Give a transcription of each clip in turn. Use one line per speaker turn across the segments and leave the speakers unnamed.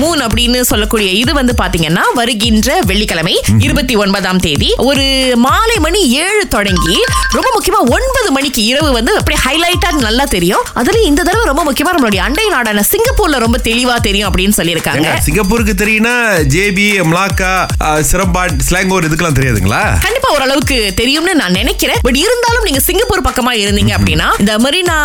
Moon அப்படின்னு சொல்லக்கூடிய இது வந்து பாத்தீங்கன்னா வருகின்ற வெள்ளிக்கிழமை இருபத்தி ஒன்பதாம் தேதி ஒரு மாலை மணி ஏழு தொடங்கி ரொம்ப முக்கியமா ஒன்பது மணிக்கு இரவு வந்து அப்படியே ஹைலைட்டா நல்லா தெரியும் அதுல இந்த தடவை ரொம்ப முக்கியமா நம்மளுடைய அண்டை நாடான சிங்கப்பூர்ல ரொம்ப தெளிவா தெரியும் அப்படின்னு சொல்லியிருக்காங்க
ஏங்க, சிங்கப்பூருக்கு தெரியும்னா JB Malacca ah, Seremban Selangor இதுக்கெல்லாம் தெரியாதுங்களா
கண்டிப்பா ஓரளவுக்கு தெரியும்னு நான் நினைக்கிறேன் பட் இருந்தாலும் நீங்க சிங்கப்பூர் பக்கமா இருந்தீங்க அப்படின்னா இந்த மெரினா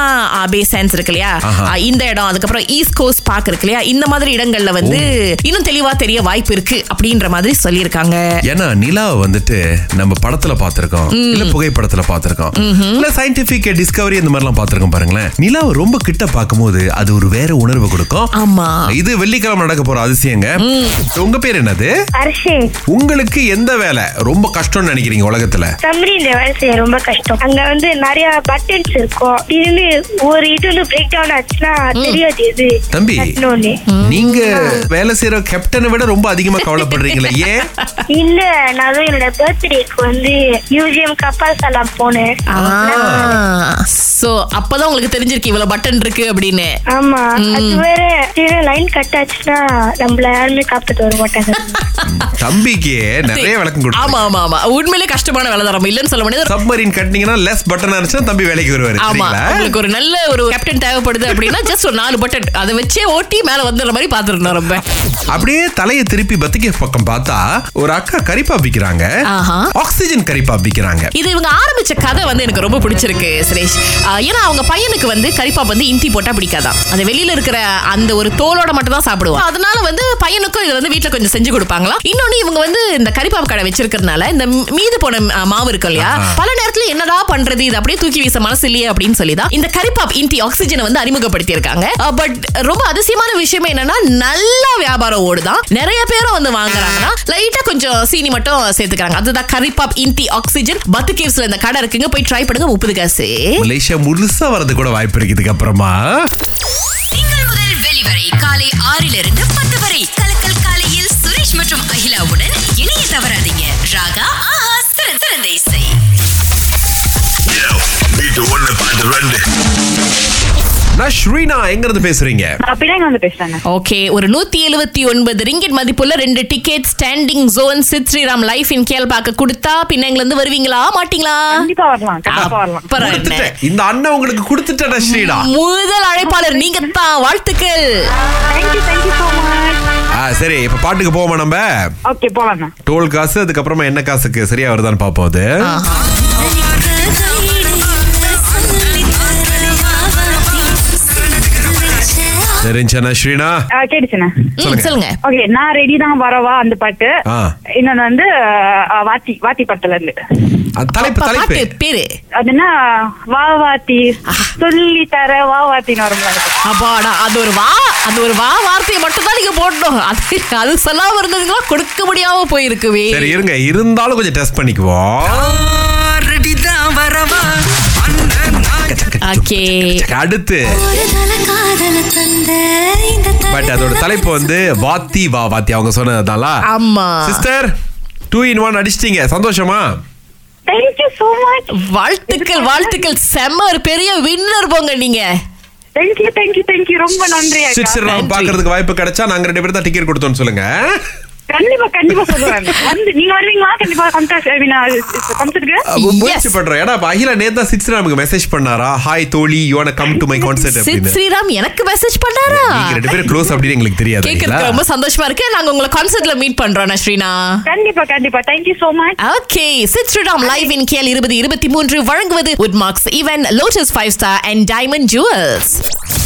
பே சான்ஸ் இருக்கு இல்லையா
ஆஹா.
ஆ, இந்த இடம் அதுக்கப்புறம் ஈஸ்ட் கோஸ்ட் பார்க் இருக்கு இல்லையா இந்த மாதிரி இடங்கள்ல வந்து இன்னும் தெளிவா தெரிய வாய்ப்பு இருக்கு அப்படின்ற மாதிரி சொல்லியிருக்காங்க
ஏன்னா நிலாவை வந்துட்டு நம்ம படத்துல பார்த்திருக்கோம் இல்ல புகைப்படத்துல பார்த்திருக்கோம் இல்ல சயின்டிபிக் டிஸ்கவரி இந்த மாதிரிலாம் பார்த்திருக்கோம் பாருங்களேன் நிலாவை ரொம்ப கிட்ட பார்க்கும்போது அது ஒரு வேற உணர்வு கொடுக்கும்
ஆமா
இது வெள்ளிக்கிழமை நடக்க போற அதிசயங்க உங்க பேர் என்னது
அரிசிங்
உங்களுக்கு எந்த வேலை ரொம்ப கஷ்டம்னு நினைக்கிறீங்க உலகத்துல
சம்ரி இந்த வேலை செய்ய ரொம்ப கஷ்டம் அங்க வந்து நிறைய பட்டன்ஸ் இருக்கும் திரும்பி ஒரு இது வந்து பிரேக் டவுன் ஆச்சுன்னா தெரியாது எது
தம்பி.
தட்டணும்னு.
நீங்க வேலை செய்யற கேப்டனை விட ரொம்ப அதிகமா கவலைப்படுறீங்களே ஏன்
இல்ல நான் அதுவும் என்னோட பர்த்டேக்கு வந்து மியூசியம் கப்பால் சலாம் போனேன்
சோ அப்பதான் உங்களுக்கு தெரிஞ்சிருக்கு இவ்வளவு பட்டன் இருக்கு அப்படின்னு
ஆமா அது வேற லைன் கட் ஆச்சுன்னா நம்மள யாருமே காப்பாத்து வர மாட்டாங்க
தம்பிக்கு நிறைய விளக்கம்
ஆமா
கொடுக்கும்
ஆமா ஆமா உண்மையிலே கஷ்டமான வேலை தரம் இல்லைன்னு சொல்ல முடியாது
சப்மரீன் கட்டினீங்கன்னா லெஸ் பட்டன் இருந்துச்சுன்னா தம்பி வேலைக்கு வருவாரு
ஆமா
சரிங்களா?
உங்களுக்கு ஒரு நல்ல ஒரு கேப்டன் தேவைப்படுது அப்படின்னா ஜஸ்ட் ஒரு நாலு பட்டன் அதை வச்சே ஓட்டி மேல வந்துடுற மாதிரி பாத்துருந்தோம் ரொம்ப
அப்படியே தலையை திருப்பி பத்திக்க பக்கம் பார்த்தா ஒரு அக்கா கரிப்பா விக்கிறாங்க
ஆஹா.
ஆக்சிஜன் கரிப்பா விக்கிறாங்க
இது இவங்க ஆரம்பிச்ச கதை வந்து எனக்கு ரொம்ப பிடிச்சிருக்கு சுரேஷ் ஆஹ் ஏன்னா அவங்க பையனுக்கு வந்து கரிப்பா வந்து இந்தி போட்டா பிடிக்காதான் அந்த வெளியில இருக்கிற அந்த ஒரு தோலோட மட்டும் தான் சாப்பிடுவோம் அதனால வந்து பையனுக்கும் இது வந்து வீட்ல கொஞ்சம் செஞ்சு கொடுப்பாங்களா இன்னொன்னு இவங்க வந்து இந்த கரிப்பா கடை வச்சிருக்கிறதுனால இந்த மீது போன ஆஹ், மாவு இருக்கும் இல்லையா பல நேரத்துல என்னடா பண்றது இது அப்படியே தூக்கி வீச மனசு இல்லையே அப்படின்னு சொல்லி தான் இந்த கரிப்பாப் இன்டி ஆக்சிஜனை வந்து அறிமுகப்படுத்தி இருக்காங்க பட் ரொம்ப அதிசயமான விஷயம் என்னன்னா நல்லா வியாபாரம் ஓடுதான் நிறைய பேரும் வந்து வாங்குறாங்கன்னா லைட்டா கொஞ்சம் சீனி மட்டும் சேர்த்துக்கிறாங்க அதுதான் கரிப்பாப் இன்டி ஆக்சிஜன் பத்து கேவ்ஸ்ல இந்த கடை இருக்குங்க போய் ட்ரை பண்ணுங்க முப்பது காசு
மலேசியா முழுசா வரது கூட வாய்ப்பு இருக்கு இதுக்கப்புறமா
திங்கள் முதல் வெளிவரை காலை ஆறிலிருந்து பத்து வரை கலக்கல் காலையில் சுரேஷ் மற்றும் அகிலாவுடன் இணைய தவறாதீங்க ராகா ஆஹா சிறந்த சிறந்த இசை
Need to wonder by the rendezvous.
நான் ஸ்ரீனா எங்க இருந்து பேசுறீங்க
பிள்ளைங்க வந்து பேசுறாங்க
ஓகே ஒரு நூத்தி எழுபத்தி ஒன்பது ரிங்கெட் மதிப்புள்ள ரெண்டு ticket standing zone Sid Sriram life in Khel பார்க்க கொடுத்தா பின்ன எங்களை இருந்து வருவீங்களா மாட்டீங்களா
கண்டிப்பா வரலாம் கண்டிப்பா வரலாம்
அப்புறம் என்ன?
கொடுத்துட்டேன். இந்த அண்ணன் உங்களுக்கு கொடுத்துட்டேன் ஸ்ரீனா
முதல் அழைப்பாளர் நீங்க தான் வாழ்த்துக்கள்
தேங்க்யூ தேங்க்யூ சோ மச்
ஆ, சரி இப்ப பாட்டுக்கு போவோமா நம்ம
ஓகே போலாம்
டோல் காசு அதுக்கப்புறமா என்ன காசுக்கு சரியா வருதான்னு பாப்போம் அது தெரிஞ்சா ஸ்ரீனா
கேட்டுச்சுண்ணே
ம்,
சொல்லுங்க.
சொல்லுங்க
ஓகே நான் ரெடி தான் வரவா அந்த பாட்டு
ஆ.
இன்னொன்னு வந்து ஆ, வாத்தி வாத்தி படத்துல இருந்து
அ, தலைப்பு
அப்பா,
தலைப்பு
பாட்டு பேரு
அது என்ன வா வாத்தி சொல்லி தர வா வாத்தின்னு வரும்
அப்பாடா அது ஒரு வா அது ஒரு வா வார்த்தையை மட்டும் தான் நீங்க போடணும் அது அது சொல்லாம இருந்ததுங்களா கொடுக்க முடியாம போயிருக்குவே
சரி இருங்க இருந்தாலும் கொஞ்சம் டெஸ்ட் பண்ணிக்குவோம்
ஓகே
அடுத்து பட் அதோட தலைப்பு வந்து வாத்தி வா வாத்தி அவங்க சொன்னதுனால
ஆமா
சிஸ்டர் டூ இன் ஒன் அடிச்சிட்டீங்க சந்தோஷமா
தேங்க்யூ சோ மச்
வாழ்த்துக்கள் வாழ்த்துக்கள் செம்ம ஒரு பெரிய வின்னர் போங்க நீங்க
தேங்க்யூ தேங்க்யூ தேங்க்யூ ரொம்ப நன்றி அக்கா.
சிஸ்டர் பாக்குறதுக்கு வாய்ப்பு கிடைச்சா நாங்க ரெண்டு பேரும் தான் டிக்கெட் கொடுத்தோம்னு சொல்லுங்க
கண்டிப்பா கண்டிப்பா சொல்லுவேன் வந்து நீங்க வருவீங்களா கண்டிப்பா கம்சா கம்சத்துக்கு
முயற்சி பண்றோம் ஏன்னா இப்ப அகிலா நேத்தா சிக்ஸ் நமக்கு மெசேஜ் பண்ணாரா ஹாய் தோழி you wanna come to my concert
Sid
அப்படின்னு
ஸ்ரீராம் எனக்கு மெசேஜ் பண்ணாரா
நீங்க ரெண்டு பேரும் க்ளோஸ் அப்படின்னு எங்களுக்கு தெரியாது
கேக்குறதுக்கு
இல்லைங்களா?
ரொம்ப சந்தோஷமா இருக்கு நாங்க உங்களை கான்சர்ட்ல மீட் பண்றோம் ஸ்ரீனா
கண்டிப்பா கண்டிப்பா தேங்க்யூ சோ மச்
ஓகே சித்ரிடாம் லைவ் இன் கேல் இருபது இருபத்தி மூன்று வழங்குவது wood marks even lotus five star and diamond jewels